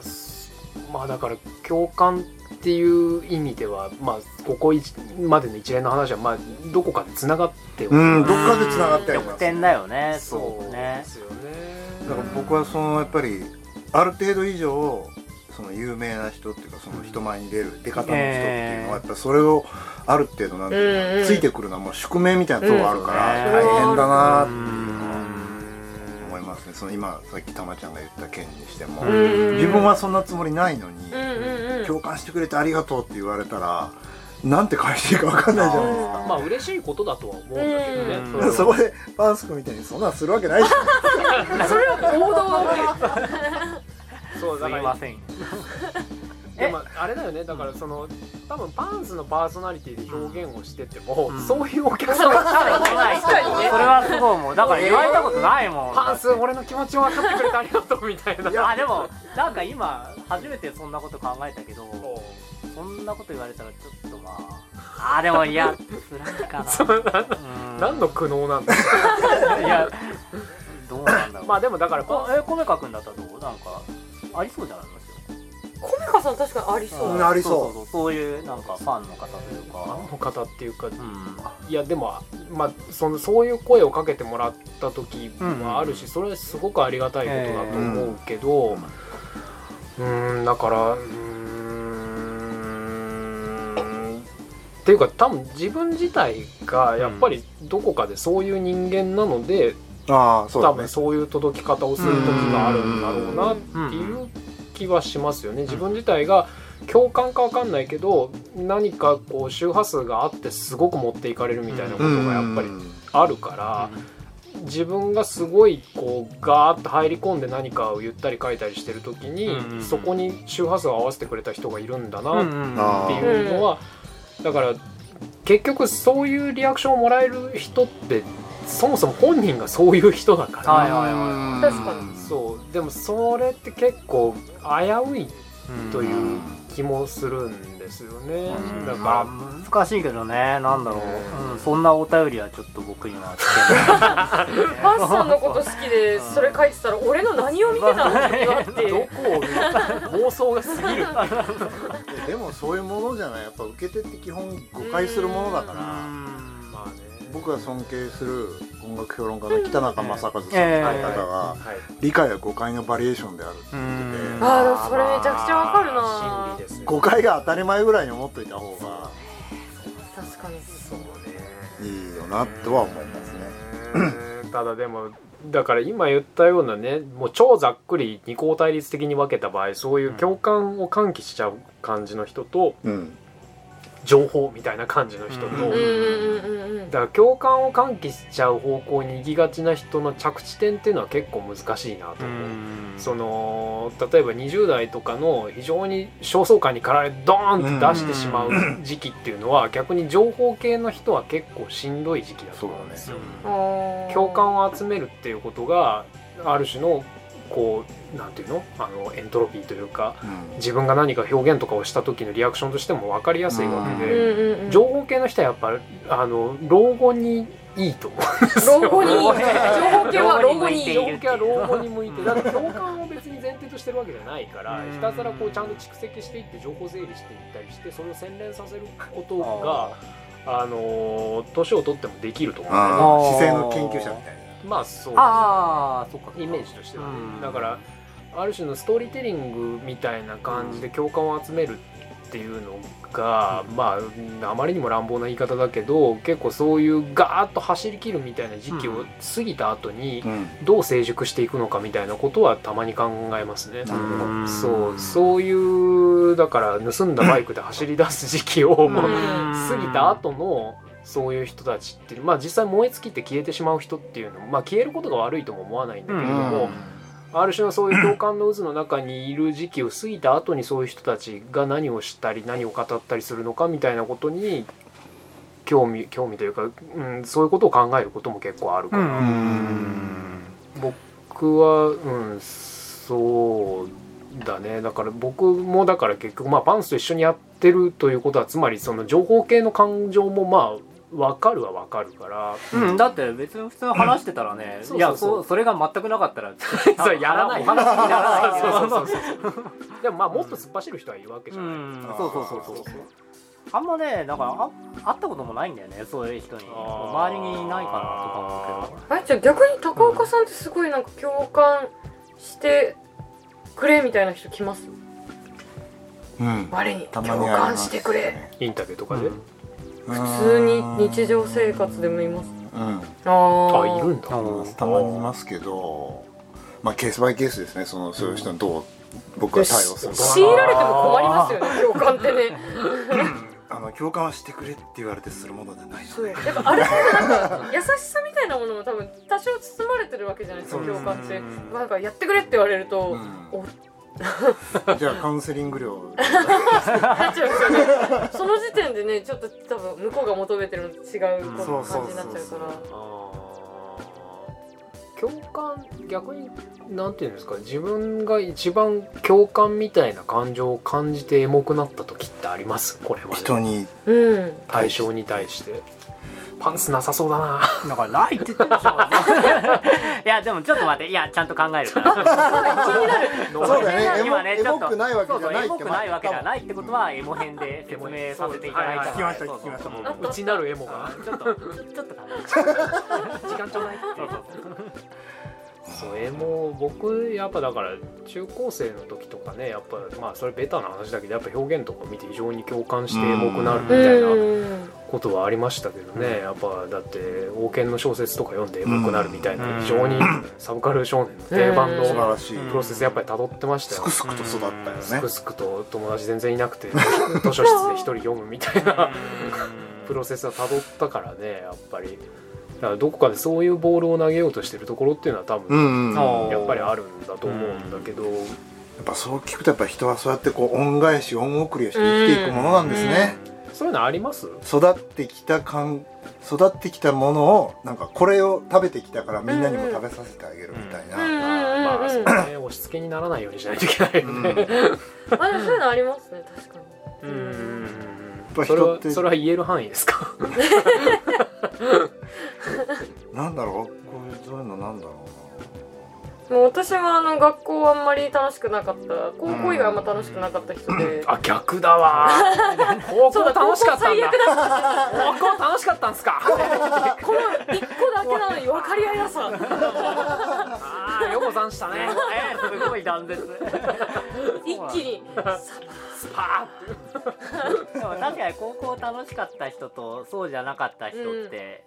まあだから共感っていう意味ではまあここいまでの一連の話はまあどこかでつながっては
うんどっかでつながってありま
逆
すだ
転だよね
そうで
ね
すよね
から僕はそのやっぱりある程度以上その有名な人っていうかその人前に出る出方の人っていうのはやっぱそれをある程度なんていう
うんう
の
ん
ついてくるのはもう宿命みたいなとこがあるから
うんそうね
大変だなって
うん
思いますねその今さっきたまちゃんが言った件にしても
うんうんうん
自分はそんなつもりないのに
うんうんうん
共感してくれてありがとうって言われたらなんて返していいか分かんないじゃないです
まあ嬉しいことだとは思うんだけどね、
うん
それは
かそこでパンス君みたいにそんなんするわけないじゃん
それは王道
そう
す
だ
い
か
ま
ら
*laughs* せん
でもあれだよねだからその多分パンスのパーソナリティで表現をしてても、
うん
そういうお客
そう
さん
来
が
たら来ない
確かにね
それはすごいもうだから言われたことないもん、
パンス俺の気持ちを分かってくれてありがとうみたいない
やでもなんか今初めてそんなこと考えたけどそんなこと言われたらちょっとまああーでもいや辛いか
*laughs* そ
な
うなん
うん
何の苦悩なんだろ
いやどうなんだろ
う
う
まあでもだから
こ
こ
え米川君だったらどうなんかありそうじゃないですか
コメカさん確かにありそう
うんありそう
そうそうそういうなんかファンの方というか
の方っていうか
うん
いやでもまあそのそういう声をかけてもらった時はあるし、
うん
それはすごくありがたいことだと思うけど、うーんだからうーんっていうか多分自分自体がやっぱりどこかでそういう人間なので、
ああそう
多
だ
分
ね
そういう届き方をする時があるんだろうなっていう気はしますよね。自分自体が共感かわかんないけど何かこう周波数があってすごく持っていかれるみたいなことがやっぱり
うん
あるから、自分がすごいこうガーッと入り込んで何かを言ったり書いたりしてる時に、
うん
そこに周波数を合わせてくれた人がいるんだ
う
なっ
んうん
あ
ていうのは、だから結局そういうリアクションをもらえる人ってそもそも本人がそういう人だから。
はいはいは
うん
確かに
そうでもそれって結構危うい
い
という気もするんですよね、
うん
だ
まあ
か
難しいけどねなんだろ
うん
う、うん、そんなお便りはちょっと僕にはつけない
パンスさんのこと好きでそれ書いてたら俺の何を見てたの君はっ
*laughs*
て
らど
いう
こを見妄想が過ぎる
いやでもそういうものじゃないやっぱ受け手って基本誤解するものだ
*laughs* う
から
ん
まあね
僕が尊敬する音楽評論家の北中正和さんの考
え
え
え
方が
はい
理解は誤解のバリエーションであるって言
うん
って
あーでもそれめちゃくちゃわかるな
まあ真理です
て
よ
誤解が当たり前ぐらいに思っといた方が
確かに
そうね
いいよなとは思いますね
うんただでもだから今言ったようなねもう超ざっくり二項対立的に分けた場合そういう共感を喚起しちゃう感じの人と
うん
情報みたいな感じの人と、
うん
うんうんうんうんうん
だから共感を喚起しちゃう方向に行きがちな人の着地点っていうのは結構難しいなと
う
思う、
ん
その例えば20代とかの非常に焦燥感に駆られてドーンって出してしまう時期っていうのは逆に情報系の人は結構しんどい時期だと思うんですよ、
う
あー
共感を集めるっていうことがある種のこうなんていうのあのエントロピーというか
うん
自分が何か表現とかをした時のリアクションとしても分かりやすいわけ
う
で、
んうんうん
情報系の人はやっぱあの老後にいいと思うんですよ
老後に情報系は老後に
情報系は老後に向いて
*laughs* うん
だから共感を別に前提としてるわけじゃないから
うん
ひたすらこうちゃんと蓄積していって情報整理していったりしてそれを洗練させることがあのー年を取ってもできると思うんだよね
あ
ー
あ姿勢の研究者みたいな
まあそう
ああそっかそっか
イメージとしてはね、
うん
だからある種のストーリーテリングみたいな感じで共感を集めるっていうのが、まああまりにも乱暴な言い方だけど結構そういうガーッと走りきるみたいな時期
う
を
ん
過ぎた後に
うん
どう成熟していくのかみたいなことはたまに考えますね。
うん
そうそういうだから盗んだバイクで走り出す時期をもう過ぎた後のそういう人たちっていうまあ実際燃え尽きて消えてしまう人っていうのもまあ消えることが悪いとも思わないんだけれども、
うん
ある種のそういう共感の渦の中にいる時期を過ぎた後にそういう人たちが何をしたり何を語ったりするのかみたいなことに興味興味というか、うん、そういうことを考えることも結構あるか
う
ら、
んうん
僕は、うん、そうだねだから僕もだから結局まあパンスと一緒にやってるということはつまりその情報系の感情もまあ分かるは分かるから
うん、だって別に普通に話してたらね、
うん
いや
そうそうそう
そそれが全くなかったら
それやらない
お話にならないけど
*laughs* そうそうそうそうでもまあもっと突っ走る人はいるわけじ
う
ゃない、
ん
あー
そうそうそうそうあんまねだからあ会ったこともないんだよねそういう人に
あー
周りにいないかなとか思う
あじゃあ逆に高岡さんってすごいなんか共感してくれみたいな人来ます
うん
我に
たま
共
にありま
感
す
してくれ
インタビューとか
け
で、
ど、
普通に日常生活でもいます
うん
ああ
あいるんだ、
うん
たまにいますけどまあケースバイケースですねそのそういう人にどう僕は対応するか
し
強いられても困りますよね共感ってね
あの共感はしてくれって言われてするものじゃないので
やっぱあれってなんか優しさみたいなものも多分多少包まれてるわけじゃないですか
そう
共感って
うん
なんかやってくれって言われると、
う
おって
*laughs* ん、じゃあカウンセリング
*laughs*
料
なっちゃいますよね *laughs* その時点でねちょっと多分向こうが求めてるのと違うこ
そう
の
そうそうそう
感じになっちゃうから
あー共感逆になんていうんですか自分が一番共感みたいな感情を感じてエモくなった時ってありますこれまで
人に
うん
対象に対してパンツなさそうだな
だからないって言ってるでしょ
い *laughs* やでもちょっと待っていやちゃんと考えるから
そうだねエモ
今ねちょ
エ
っと
モくないわけ
そう
じ
そ
ゃ
う
ない
エ
っ
モ
て
くないわけじゃないってことはエモ編で説明させていただいたので
エモ編そう聞きました
そうそう
聞きま
うちなるエモが
ちょっとちょっと考える
時間ちょうだい
そうそうそう
そうエモ僕やっぱだから中高生の時とかねやっぱまあそれベタな話だけどやっぱ表現とか見て非常に共感してエモくなるみ
う
たいなんことはありましたけどねやっぱだって王権の小説とか読んでエモくなるみたいうなん非常にサブカル少年の定番
うん
素晴
の
らしい、
うん
プロセスやっぱり辿ってました
す
よ
くすくと育ったよね
すくすくと友達全然いなくて図書室で一人読むみたいなプロセスは辿ったからねやっぱりだからどこかでそういうボールを投げようとしてるところっていうのは多
う
分
ん、うん、や
やっぱりあるんだと思うんだけど、
っぱそう聞くとやっぱ人はそうやってこう恩返し恩送りをして生きていくものなんですね、
そういうのあります
育ってきた感育ってきたものをなんかこれを食べてきたからみんなにも食べさせてあげるみたい
うんう
な、
まあ
んうん
そううんね押し付けにならないようにしないといけないよ
うん
ね。
やっ
あでもそういうのありますね確かに
うん
ぱ
それ
人
は
って
それは言える範囲ですか。
なんだろうこういうそういうのなんだろ
もう私はあの学校あんまり楽しくなかった高校以外あんま楽しくなかった人で、
あ逆だわ。高校楽しかったんだ。高校楽しかったんですか。
この1個だけなのに分かり合いなさ
ああ横山したね。
えすごい断絶
一気に
スパ
でも確かに高校楽しかった人とそうじゃなかった人って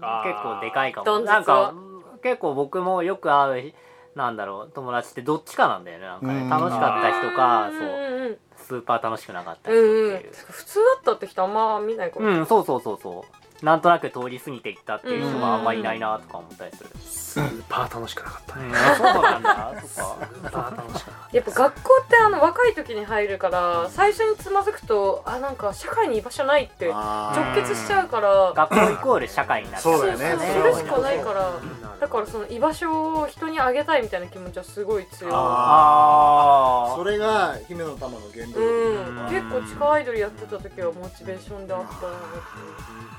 ー
結構でかいか
断
も
絶
なん
は
か結構僕もよく会うなんだろう友達ってどっちかなんだよねなんか
うん
ね楽しかった人かそう
うんうん
スーパー楽しくなかった
う
人って
んう
い
ん
う
普通だったって人あんま見ないかも、
うんそうそうそうそうなんとなく通り過ぎていったっていう人があんまいないなとか思ったりする
スーパー楽しくなかった
う
ね。
んあそうなんだそっか
スーパー楽しくなかっ
やっぱ学校ってあの若い時に入るから最初につまずくとあなんか社会に居場所ないって
う
直
あー
結しちゃうから
学校イコール社会になっちゃ
そうだよね
そうそう
それは
それしかないから
た。
だからその居場所を人にあげたいみたいな気持ちはすごい強い
あ
あ
それが姫の玉の原動力
うん
なのか
結構地下アイドルやってた時はモチベーションであったな
だか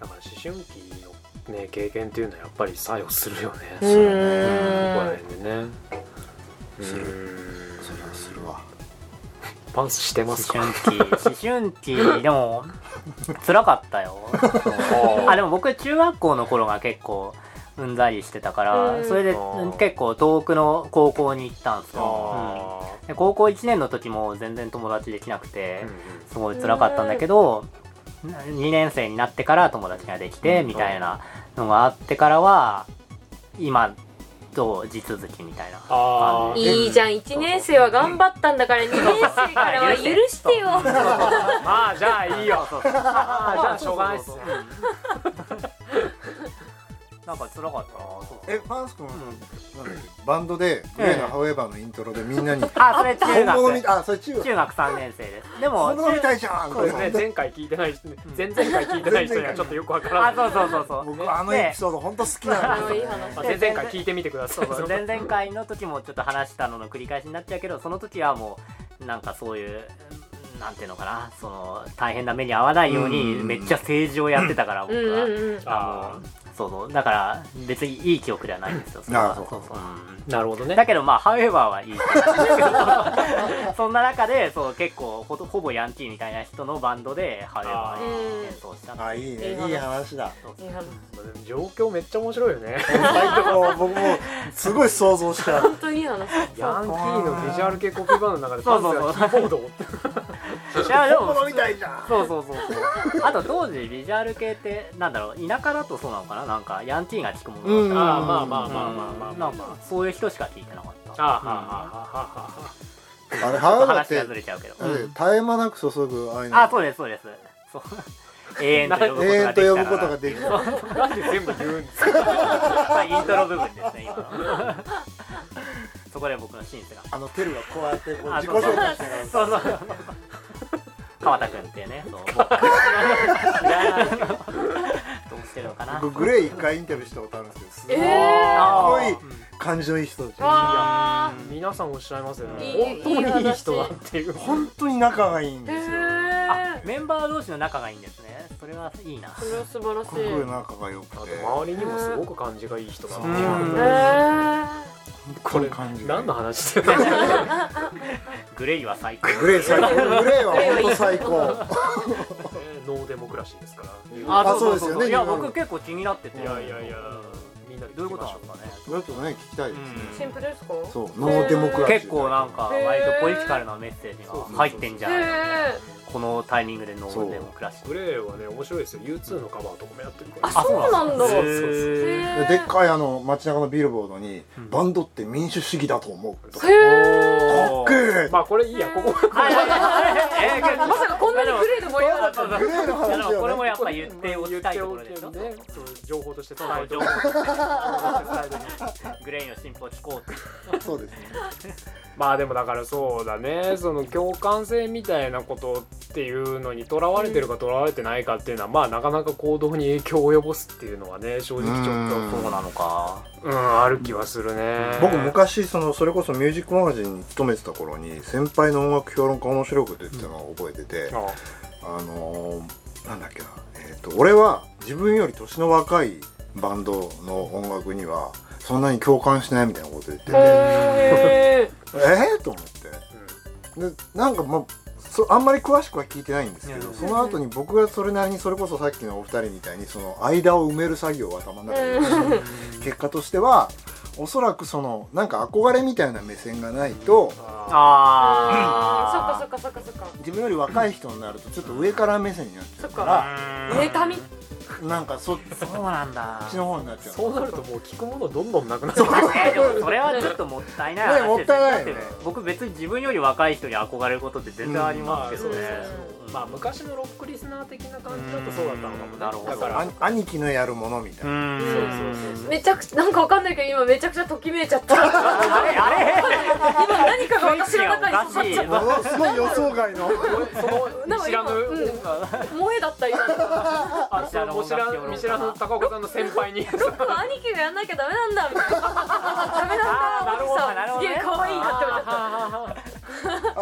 ら思春期のね経験っていうのはやっぱり作用するよね。
う
ここら
ん
辺でね。
する
うん
それはするわ
パンスしてます
ー
か。
思春期思春期でも辛かっ
*laughs*
たよあでも僕中学校の頃が結構うんざりしてたから、
うん
それで
あー
結構遠くの高校に行ったんですよ、
あ
うんで高校1年の時も全然友達できなくて
ー、
すごい辛かったんだけど、2年生になってから友達ができてみたいなのがあってからは今と地続きみたいな
あー
いいじゃん1年生は頑張ったんだから2年生からは許してよ
まあじゃあいいよ。
そうそうそう
あーじゃあしょうがないっすね
そうそうそううんなんか辛かったなそ
*laughs*
う
えパンス君、なんだっけバンドで「グレーのハウエバー」のイントロでみんなに
あそれ中
本物み
学
たいあそれ中学
中学3年生ですでも
本物みたいじゃん
そうですね
みたい
前回聞いてない人前々回聞いてない人にはちょっとよくわからない
あ。そうそうそうそう
な僕あのエピソード本当好きなの
いい話
まあ前々回聞いてみてくださ
そ。
いう
そう前々回の時もちょっと話したのの繰り返しになっちゃうけどその時はもうなんかそういううんなんていうのかなその大変な目に遭わないように
うん
めっちゃ政治をやってたから
う
僕
ん
は、
うんうん
あのそうそうだから別にいい記憶ではないんですよれ
あ
は
あそうか
そううん
なるほどね。
だけどまあハウエバーはいい記憶なんですけど *laughs* そんな中でそう結構ほとほぼヤンキーみたいな人のバンドでハウエバー
うん
に演奏したん
あいいね
いい話
いい話だ
いい話
状況めっちゃ面白いよね。
最高僕もすごい想像しちゃう
本当にいい
ヤ
話
ンキーのビジュアル系コピーバンドの中でパンスがキーボードを。
いやでも
本物みたいじゃん
そうそうそうそうあと当時ビジュアル系ってなんだろう田舎だとそうなのかななんかヤンキーが聞くもの
うん
だっ
ああまあまあまあまあまあ
たなんかそういう人しか聞いてなかった
ああああああああ
あれ
ちょっと
腹だっ
話
て
がずれちゃうけど、
だって絶え間なく注ぐ愛
あそう
う
ですそうですそう *laughs* 永遠と呼ぶこと
永遠と
ができた
呼ぶこと
か
が
ら
できた
なんで全部言うんですか
まあイントロ部分ですね今のそこで僕のシーンが
あのテルがこうやってこう
あ
自己紹介しな
そ
が
うそう川田君っていうねそう僕知らないどうしてるのかな
ら僕グレー一回インタビューしたことあるんですけどすごい
え
あー
すご感じのいい人たち
わ
皆さんおっしゃいますよね
いい
本当にいい人だっていう
本当に仲がいいん
ーへ
ですよ
あ
え
メンバー同士の仲がいいんですねそれはいいな
それは素晴らし
す
い
ごい仲が良く
あと
て
周りにもすごく感じがいい人だっていう
うん
へー
こ
こ
れ
れ感じがいい
何の話ですか
グレイは最高
グレー最高グレーは *laughs* 本当最高
ノーデモクラシーですから
あそうですよね
いや
日本
僕結構気になってて
いやいやいやみんなで
どうい
聞
う
き
こと
ま
な
し
ん
ょ
で
う
す
か
かね
ね
ちょっとね聞きたいですね
シンプルですか
そうノーデモクラシー
結構なんか割とポジティカルなメッセージが入ってんじゃないの
へえ
このタイミングでノーデモクラシー
グレーはね面白いですよ U2 のカバーとかもやってるから
あそうなんだ
そうそうそう
へー
へー
でっかいあの街中のビルボードに
ん
バンドって民主主義だと思うとか
へー
かっけえ
まあこれいいや
*laughs*
ここここ
はいはいはいはいえー
まさかこんなにグレーで盛り上がっ
そ
た
うそう
の
グレーの
いやでも
話
これ
を
も
ね
やっぱ言っておきたいところでしょ
言っておきたいんでそう情報として伝
そ
え
う
て
情
おく
報グレイの進歩を聞こうって
そうですね
まあでもだからそうだねその共感性みたいなことっていうのにとらわれてるかとらわれてないかっていうのは、まあなかなか行動に影響を及ぼすっていうのはね正直ちょっと
うん
そう
のか
うん、ある気はするね
僕昔そのそれこそミュージックマガジンに勤めてた頃に先輩の音楽評論家面白くてっていうのを覚えてて、
あ
あのーなんだっけな、えー、と俺は自分より年の若いバンドの音楽にはそんなに共感しないみたいなこと言 *laughs* ってて、
へ
えー、と思ってでなんかまあそあんまり詳しくは聞いてないんですけ
いやい
ど
や
その後に僕がそれなりにそれこそさっきのお二人みたいにその間を埋める作業は頭の中でやってて結果としてはおそらくそのなんか憧れみたいな目線がないと
あ
あ
あ
そっかそっかそっか
自分より若い人になるとちょっと上から目線になっちゃうか
そっ
ら
そっか妬み
なんかそっ
そっかそうなんだ
ちの方になっちゃう
そうなるともう聞くものどんどんなくなってくる
えーでもそれはちょっともったいない話です
ねもったいないよね
だって僕別に自分より若い人に憧れることって全然ありますけどね
うんまあ
うん
まあ昔のロックリスナー的な感じだとそうだったのかもね
うんなるほど
だから
あ兄貴のやるものみたいうな、
ん
そうそうそうそう
めちゃくちゃなんかわかんないけど今めちゃくちゃときめいち *laughs* ゃった
あれあれ
今何かが私の中に刺さっちゃっ
ものすごい予想外の
その見知らぬ、
なんか今うんた萌えだった今
あその見知らぬ見知らぬ高岡さんの先輩に
ロックは兄貴がやんなきゃダメなんだみたいなダメなんだ奥さんすげえ可愛いなって思っちゃっ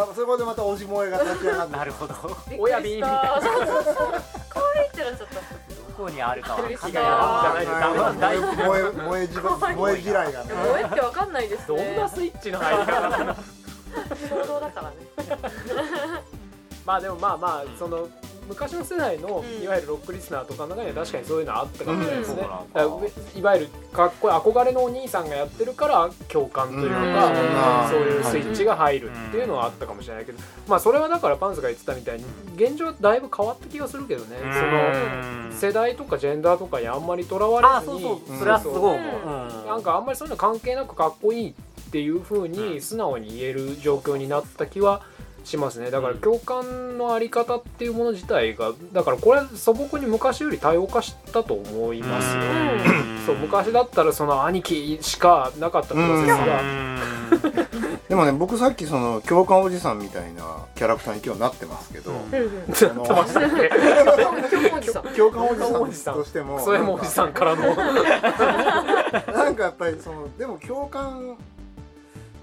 あそこでまたおじ萌えが立ち上がって
なるほどど
た
親瓶みたい
なそうそうそう可愛いってなっちゃった
こにあるかは考えられない
いやいやじゃない
ダメだ
燃え燃え燃えじば燃え嫌いがね
でも萌えってわかんないです
ど
ね
んなスイッチの入り方なの
衝動だからね
まあでもまあまあその昔の世代の
うん
いわゆるロックリスナーとかの中には確かにそういうのはあったかもしれないですね、
う
だ
ん
からういわゆるかっこいい憧れのお兄さんがやってるから共感というか、
うん
そういうスイッチが入るっていうのはあったかもしれないけど、まあそれはだからパンツが言ってたみたいに現状はだいぶ変わった気がするけどね、
うん
その世代とかジェンダーとかにあんまりとらわれ
あ
ず
そう
に
そうそれはすごい思ううん
なんかあんまりそういうの関係なくかっこいいっていう風に素直に言える状況になった気はしますねだから
うん
共感のあり方っていうもの自体がだからこれは素朴に昔より多様化したと思いますよ、そう昔だったらその兄貴しかなかったプロセスが、 *laughs*
でもね僕さっきその共感おじさんみたいなキャラクターに今日なってますけど、
うん
うん *laughs* うん
その
今日おじさん
*laughs* 共感おじさんとしても
それもおじさんからの
なんかやっぱりそのでも共感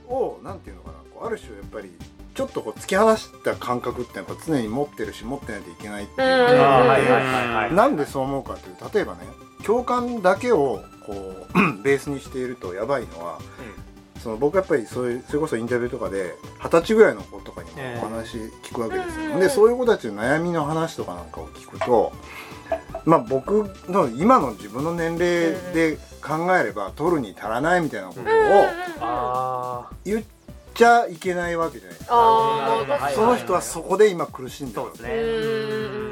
をなんていうのかなこうある種やっぱりちょっとこう突き放した感覚ってやっぱ常に持ってるし持ってないといけないっていうのがあ
うん
って
あーはいはい
はいは
なんでそう思うかというと例えばね共感だけをこう *clears throat* ベースにしているとやばいのは、その僕やっぱりそういうそれこそインタビューとかで二十歳ぐらいの子とかにも
ええ
お話聞くわけですよ、
うんうんうん
でそういう子たちの悩みの話とかなんかを聞くとまあ僕の今の自分の年齢で考えれば取るに足らないみたいなことを
うんうんうんあ
あー
言っちゃいけないわけじゃないですか
あー
はい
その人はそこで今苦しんでるわ
そうで
け
す
う
ね
んうんうんうんう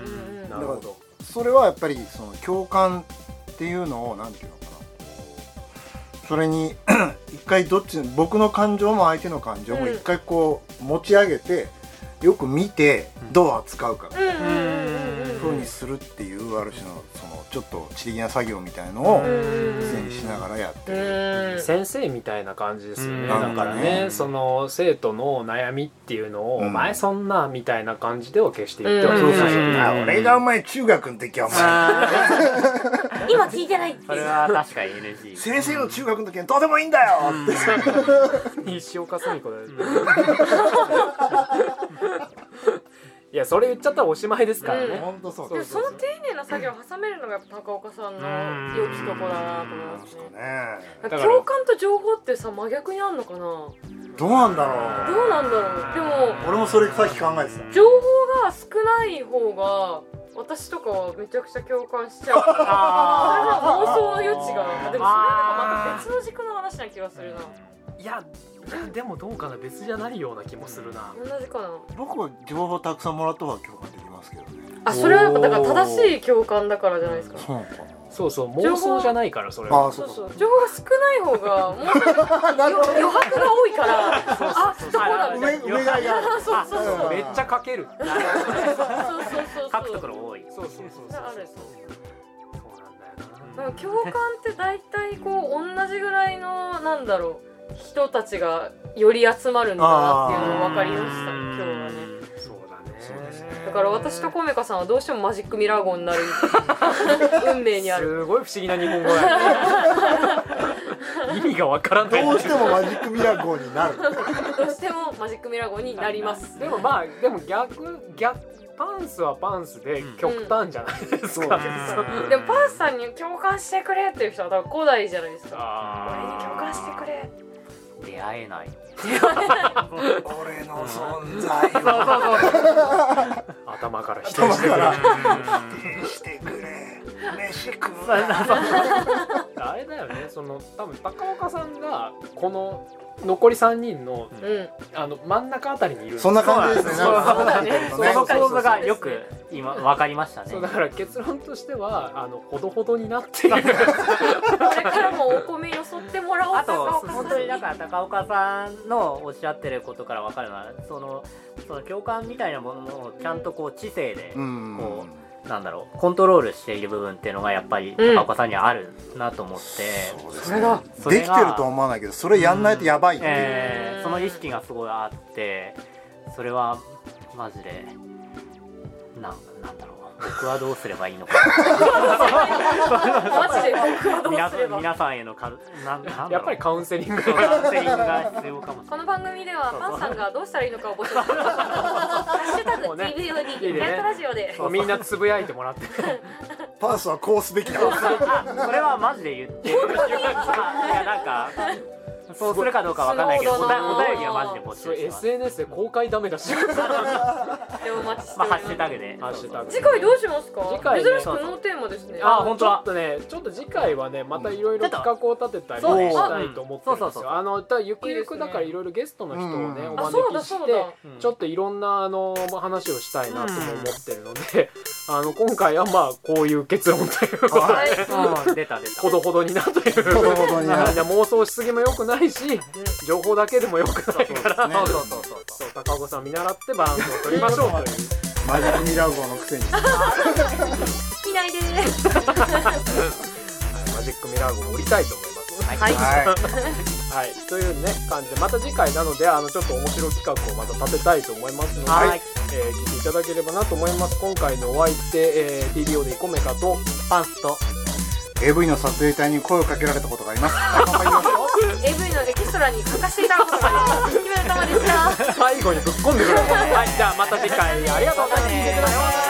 ん
なるほど
それはやっぱりその共感っていうのをなんていうのかなこうそれに *clears throat* 一回どっち僕の感情も相手の感情も
うん
一回こう持ち上げてよく見て
うん
どう扱うかみたいな
うんうんうん
ふうにするっていうある種のそのちょっと地理な作業みたいの
う
を
ん
常にしながらやってる。
うんうん
先生みたいな感じですよね、
うん
だからね、
うん
その生徒の悩みっていうのを「
うん
お前そんな」みたいな感じでは決して言っては
うん
いけ
そう
ない
そうそう
うん
あ俺がお前中学の時はお前
今聞いてないって
それは確かに NG
先生の中学の時はどうでもいいんだよって
西岡澄子だよ *laughs* いやそれ言っちゃったらおしまいですからね、
本当そう
でも
です
その丁寧な作業を挟めるのがやっぱ高岡さんの良きとこだなと思います
か
ね
ね
だから
共感と情報ってさ真逆にあんのかなど
どうなんだろう
うなんだろうでも
俺もそれさっき考えてた
情報が少ない方が私とかはめちゃくちゃ共感しちゃうから *laughs*
あ
妄想の余地がでもそれなんかまた別の軸の話な気がするない
やいやでもどうかな別じゃないような気もするな、
同じかな
僕は情報たくさんもらった方が共感できますけどね
あそれはやっぱだから正しい共感だからじゃないですか
そうなのか
そうそう妄想じゃないからそれ
な
は
あ
そうそ
そうう
情報が少ない方がもう余
かなるほど
余白が多いからあそうだみたい
上上が上が
なそうそうそう
めっちゃ書ける
そうそう
書
そう
くとこ
そう
ろ多い
そうそうそうそう
ある
そうなんだよ
でも共感って大体こう同じぐらいのなんだろう人たちがより集まるんだなっていうのを分かりました今日はね
なそうだね
そうですね
だから私とコメカさんはどうしてもマジックミラー号になる *laughs* 運命にある
すごい不思議な日本語やね意味がわからない
*laughs* どうしてもマジックミラー号になる
どうしてもマジックミラー号になります
でもまあでも逆逆パンスはパンスで
うん
極端じゃないですか、
うん
でもパースさんに共感してくれっていう人は多分古代じゃないですか俺に共感してくれ
出会えない
俺の存在
そうそうそう
頭から否定してくれ
頭か
る
*laughs* らしてくれ飯食う
あれだよねその多分高岡さんがこの残り3人の
うん
あの真ん中あたりにいる
そんな感じですね
そう
なんか
そうだね
そう
その構
そう
図がよく今分かりましたね
そうだから結論としてはあのほどほどになっている
これからもお米よそってもらお
あ
う
と
高岡さん
本当にだから高岡さんのおっしゃってることから分かるのはそのその共感みたいなものをちゃんとこう知性で、
うん
こうなんだろうコントロールしている部分っていうのがやっぱり
うん
高岡さんにはあるなと思って、
そうです
それが
それ
で
が
きてるとは思わないけどそれやんないとやばいっていう
えーその意識がすごいあってそれはマジでなんなんだろう僕はどうすればいいのか
*laughs* マジで僕はどう
皆
すれば
皆さんへのかなんなんだろう
やっぱりカウンセリング
そうカウンセリングが必要かもしれ
こ
な
の
い。
番組ではパンさんがどうしたらいいのかを募集してますハッシュタグ
もうね
TVOD ネットラジオで
もうみんなつぶやいてもらって
パースはこうすべきだ
あそれはマジで言ってるいやなんかそうするかどうかわかんないけどお
そう
便
だな
お便りはマジで募
そ
集
れ
してます、
SNS で公開ダメだし
でもお待ちして
ま
お
あ、
り
ハ
ま
ッ
す
シュタグで
ハッシュタグ
次回どうしますか
次回ね
珍しくノーテーマですね
あ
本当
ちょ
だ
っとねちょっと次回はねまたいろい
ちょ
ろ
っと
企画を立てたり
そう
ね
したいと思ってるん
うん
で
そうそ
す
うそう
よあのだからゆくゆ
い
く
いで
だ
すね
からいろいろゲストの人をね
うん
お
あそう
招
だ
きし
そう
て
だ
うん
ちょっといろんなあの話をしたいなとも思ってるので、あの今回はまあこういう結論というか
はい
うん出た出た
ほどほどになという
ほどほどにな
みんな妄想しすぎも良くないし情報だけでも良くないから
ね
そうそうそうそ
そう高岡さん見習ってバランスを取りましょうという
マジックミラー号のくせに
いないです
マジックミラー号を売りたいと思います。
う
はい
は
はい、というね感じでまた次回なのであのちょっと面白い企画をまた立てたいと思いますので、
はい
えー聞いていただければなと思います今回のお相手、えー、TBO でイコメカと
パンスと
い AV の撮影隊に声をかけられたことがあります頑張りましょう
AV のエキストラに欠かしていたことがあ
*laughs*
ります木村たまでした
最後にぶっ込んでくる、はい、じゃあまた次回ありがとうございました。